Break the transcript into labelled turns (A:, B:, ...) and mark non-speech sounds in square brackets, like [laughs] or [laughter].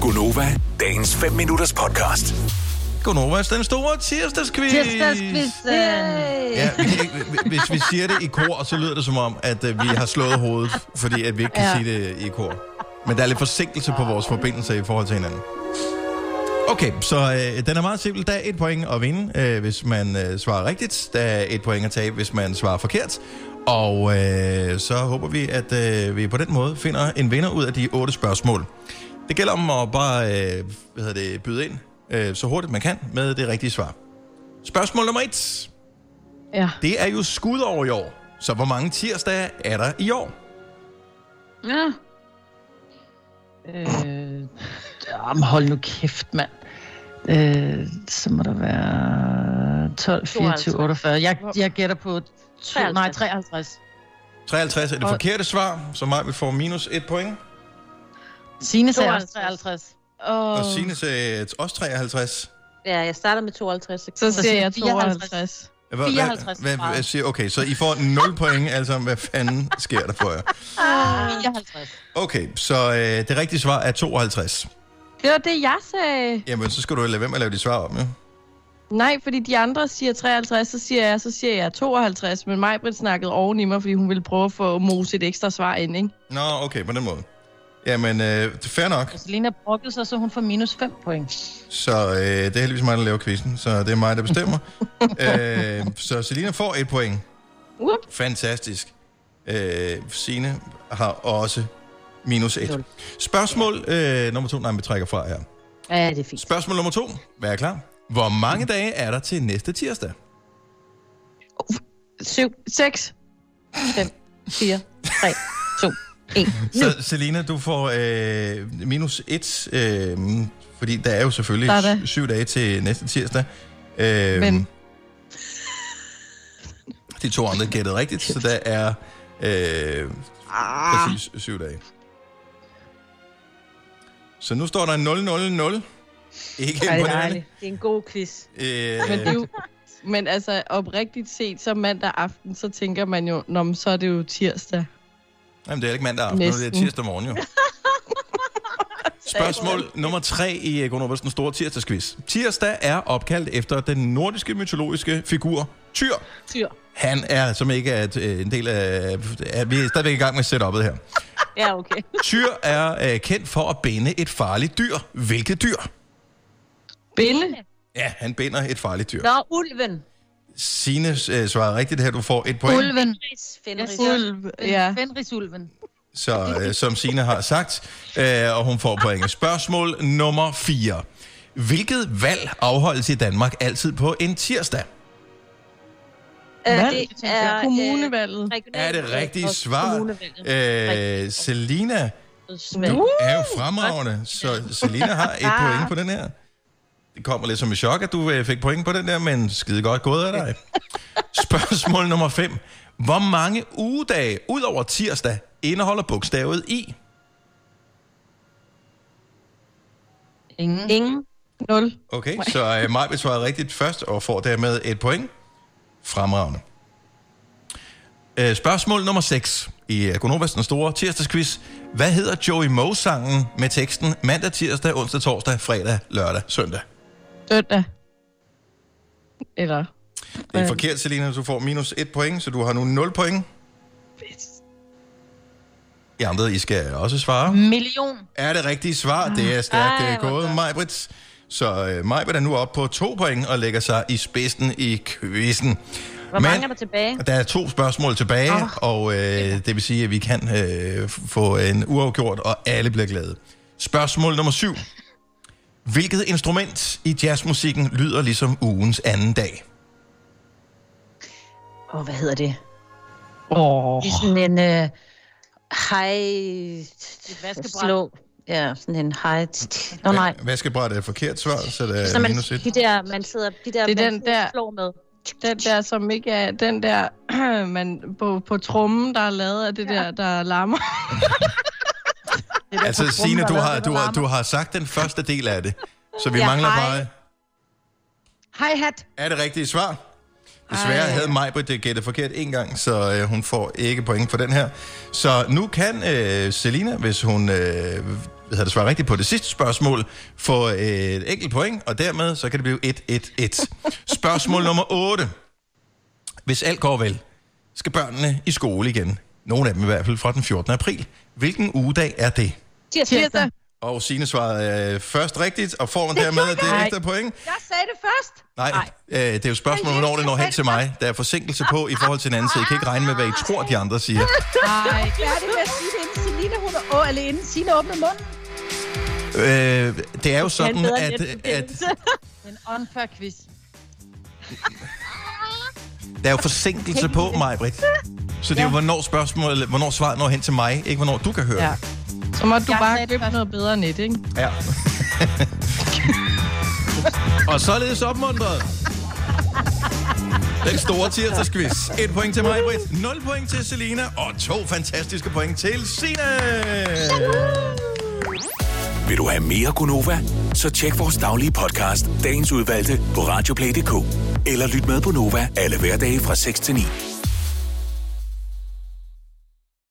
A: Gunova, dagens 5 minutters podcast.
B: Godnova, den store tirsdagsquiz.
C: Tirsdagskvidsen.
B: Ja, vi- hvis vi siger det i kor, så lyder det som om, at øh, vi har slået hovedet, fordi at vi ikke kan ja.
C: Ja.
B: sige det i kor. Men der er lidt forsinkelse på vores forbindelser i forhold til hinanden. Okay, så øh, den er meget simpel. Der er et point at vinde, øh, hvis man øh, svarer rigtigt. Der er et point at tabe, hvis man svarer forkert. Og øh, så håber vi, at øh, vi på den måde finder en vinder ud af de otte spørgsmål. Det gælder om at bare øh, hvad hedder det, byde ind øh, så hurtigt man kan med det rigtige svar. Spørgsmål nummer et.
C: Ja.
B: Det er jo skudår i år. Så hvor mange tirsdage er der i år?
C: ja. Øh, jamen, hold nu kæft, mand. Øh, så må der være 12, 24, 48. Jeg, jeg gætter på to, nej, 53.
B: 53 er det
C: Og-
B: forkerte svar, så mig vil få minus 1 point.
C: Signe sagde også
D: 52.
C: 53.
D: Åh,
B: Og Signe sagde også 53.
D: Ja, jeg starter med 52. Så...
E: Så siger jeg
C: 54.
E: 52.
B: Hvad- hvad-
C: 54
B: Hvad,
C: svarede.
B: hvad, siger, okay, så I får 0 point, altså hvad fanden sker der for jer?
C: 54.
B: Okay, så øh, det rigtige svar er 52.
E: Det var det, jeg sagde.
B: Jamen, så skal du lade være med at lave dit svar om, ja?
E: Nej, fordi de andre siger 53, så siger jeg, så siger jeg 52. Men Majbrit snakkede oven i mig, fordi hun ville prøve at få mos et ekstra svar ind, ikke?
B: Nå, okay, på den måde. Jamen, øh, det er fair nok.
C: Selena brokkede sig, så hun får minus 5 point.
B: Så øh, det er heldigvis mig, der laver quizzen, så det er mig, der
D: [laughs]
B: bestemmer. øh, så Selina får et point.
E: Whoop.
B: Fantastisk. Øh, Signe har også minus et. Spørgsmål øh, nummer to. Nej, vi trækker fra her.
D: Ja, det er fint.
B: Spørgsmål nummer to. Vær klar. Hvor mange dage er der til næste tirsdag?
E: 7, 6.
C: 4, 3, 2, 1.
E: [laughs]
B: Så Selina, du får øh, minus et, øh, fordi der er jo selvfølgelig
E: Der er det.
B: sy- syv dage til næste tirsdag. Øh,
E: Men-
B: De to andre gættede rigtigt, så der er øh,
D: Ah.
B: præcis syv dage. Så nu står der 0-0-0. Ikke
D: Ej, det, er
B: imponerende.
D: dejligt. det er en god quiz.
B: Øh,
E: Men, det er jo, men altså, oprigtigt set, så mandag aften, så tænker man jo, Nå, men så er det jo tirsdag.
B: Jamen, det er ikke mandag aften, nu, det er
E: Næsten.
B: tirsdag morgen
D: [laughs]
B: jo. Spørgsmål nummer tre i Gunnarbergs Den Store Tirsdagsquiz. Tirsdag er opkaldt efter den nordiske mytologiske figur Tyr.
D: Tyr.
B: Han er, som ikke er et, øh, en del af... Er, vi er stadigvæk i gang med setup'et her.
D: Ja, okay.
B: Tyr er øh, kendt for at binde et farligt dyr. Hvilket dyr?
E: Binde?
B: Ja, han binder et farligt dyr.
D: Nå, ulven.
B: Signe øh, svarer rigtigt her, du får et point.
C: Ulven.
D: Fenris, Fenris.
C: Jeg siger-
E: Ulv, ja.
C: Fenrisulven.
B: [laughs] så, øh, som Sine har sagt, øh, og hun får point. Spørgsmål nummer 4. Hvilket valg afholdes i Danmark altid på en tirsdag?
D: Øh,
E: Valg,
D: det
E: tænker
D: er,
E: jeg.
D: øh,
E: Kommunevalget.
D: regional-
B: Er det rigtige
D: og
B: svar?
D: kommunevalget.
B: Øh, Selina,
D: Regionsvalg.
B: du er jo fremragende, så Selina har [laughs] et point på den her. Det kommer lidt som et chok, at du øh, fik point på den der, men skide godt gået af [laughs] dig. Spørgsmål nummer 5. Hvor mange ugedage ud over tirsdag indeholder bogstavet i?
C: Ingen.
D: Ingen.
E: 0.
B: Okay, så øh, Majbet svarede rigtigt først og får dermed et point. Fremragende. Øh, spørgsmål nummer 6 i Gonovas den store tirsdagsquiz. Hvad hedder Joey Moe-sangen med teksten mandag, tirsdag, onsdag, torsdag, fredag, lørdag, søndag?
E: Søndag. Eller...
B: Det er forkert, Selina. Du får minus 1 point, så du har nu 0 point. I andre, I skal også svare.
C: Million.
B: Er det rigtige
D: Ah.
B: svar? Det er stærkt Ej, gået, Majbrit. Så øh, Majbrit er nu oppe på to point og lægger sig i spidsen i quizzen.
D: Hvor mange er der tilbage?
B: Der er to spørgsmål tilbage, oh. og øh, det vil sige, at vi kan øh, f- få en uafgjort, og alle bliver glade. Spørgsmål nummer syv. Hvilket instrument i jazzmusikken lyder ligesom ugens anden dag?
D: Åh, oh, hvad hedder det?
E: Åh.
D: Det er sådan en øh, hej...
C: vaskebræt.
D: Slå. Ja, sådan en hej... Nå, nej.
B: Hvad skal bare det forkert svar, så der
D: Så
B: er
D: man,
B: minus
D: de
B: et.
D: der, man sidder, de der,
E: Det er
D: man
E: den
D: sidder og
E: der-
D: slår med.
E: Den der, som ikke er... Den der, [clears throat] man på, på trummen, der er lavet af det ja. der, der larmer.
B: [laughs] Altså, Signe, du har, du, har, du har sagt den første del af det, så vi
D: Ja,
B: mangler
D: hej.
B: bare...
C: Hi-hat.
B: Er det rigtige svar? Desværre Ej. havde Majbrit det gættet forkert en gang, så øh, hun får ikke point for den her. Så nu kan øh, Selina, hvis hun øh, hvad hedder det, svarer rigtigt på det sidste spørgsmål, får øh, et enkelt point, og dermed så kan det blive 1-1-1. Spørgsmål nummer 8. Hvis alt går vel, skal børnene i skole igen. Nogle af dem i hvert fald fra den 14. april. Hvilken ugedag er det?
E: Tirsdag.
B: Og Signe svarede øh, først rigtigt, og får man dermed det ekstra point.
F: Jeg sagde det først.
B: Nej, øh, det er jo spørgsmålet, hvornår det når hen til mig. Der er forsinkelse på i forhold til den anden side. Jeg kan ikke regne med, hvad I tror, de andre siger.
E: Ej,
F: Jeg er det med at sige det, inden Selina, hun, åh, eller inden Signe åbner munden.
B: Øh, det er jo sådan,
E: bedre
B: at, at
E: netforbindelse.
C: En unfair quiz.
B: der er jo forsinkelse på mig, Britt. Så det er jo, hvornår, spørgsmålet, hvornår svaret når hen til mig, ikke hvornår du kan høre
E: Ja.
B: det.
E: Så må du
C: Jeg
E: bare
C: sagde det
E: købe
C: først.
E: noget bedre net, ikke?
B: Ja. og således opmuntret. Den store tirsdagsquiz. Et point til mig, Britt. 0 point til Selina. Og to fantastiske point til Sina.
A: Vil du have mere Gunova? Så tjek vores daglige podcast, dagens udvalgte, på radioplay.dk. Eller lyt med på Nova alle hverdage fra 6 til 9.